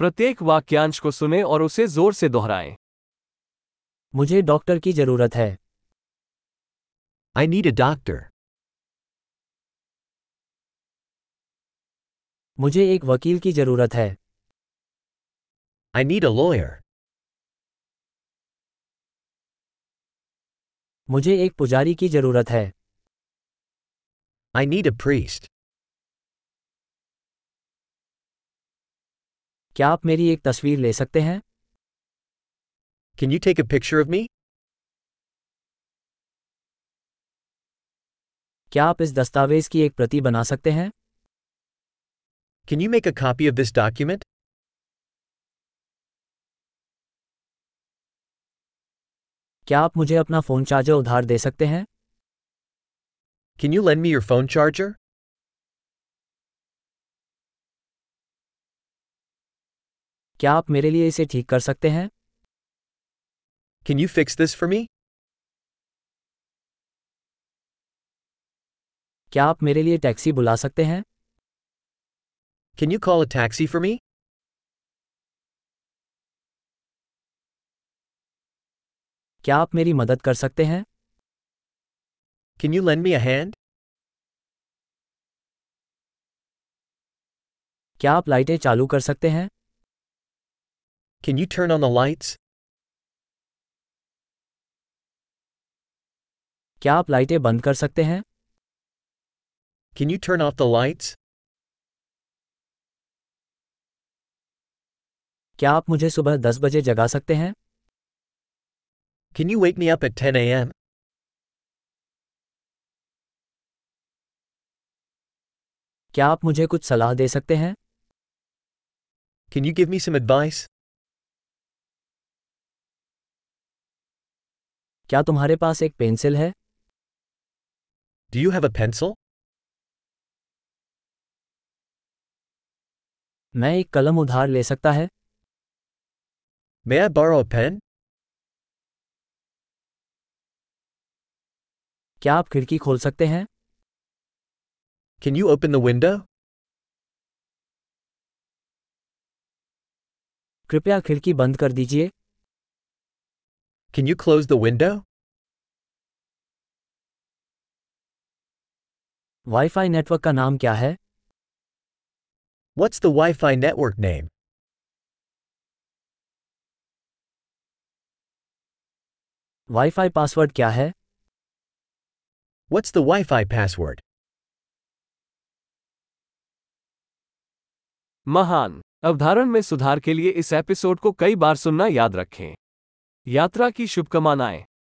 प्रत्येक वाक्यांश को सुने और उसे जोर से दोहराएं मुझे डॉक्टर की जरूरत है I need a doctor. मुझे एक वकील की जरूरत है I need a lawyer. मुझे एक पुजारी की जरूरत है I need a priest. क्या आप मेरी एक तस्वीर ले सकते हैं Can you take a picture of me? क्या आप इस दस्तावेज की एक प्रति बना सकते हैं Can you make a copy of this document? क्या आप मुझे अपना फोन चार्जर उधार दे सकते हैं Can you lend me your phone charger? क्या आप मेरे लिए इसे ठीक कर सकते हैं Can you fix this for me? क्या आप मेरे लिए टैक्सी बुला सकते हैं Can you call a taxi for me? क्या आप मेरी मदद कर सकते हैं Can you lend me a hand? क्या आप लाइटें चालू कर सकते हैं Can you turn on the lights? क्या आप लाइटें बंद कर सकते हैं Can you turn off the lights? क्या आप मुझे सुबह दस बजे जगा सकते हैं Can you wake me up at 10 a.m.? क्या आप मुझे कुछ सलाह दे सकते हैं Can you give me some advice? क्या तुम्हारे पास एक पेंसिल है Do you have a pencil? मैं एक कलम उधार ले सकता है May I borrow a pen? क्या आप खिड़की खोल सकते हैं Can you open the window? कृपया खिड़की बंद कर दीजिए Can you close the window? Wifi network का नाम क्या है What's the Wi Fi network name? Wifi password क्या है What's the Wi Fi password? महान अवधारण में सुधार के लिए इस एपिसोड को कई बार सुनना याद रखें यात्रा की शुभकामनाएं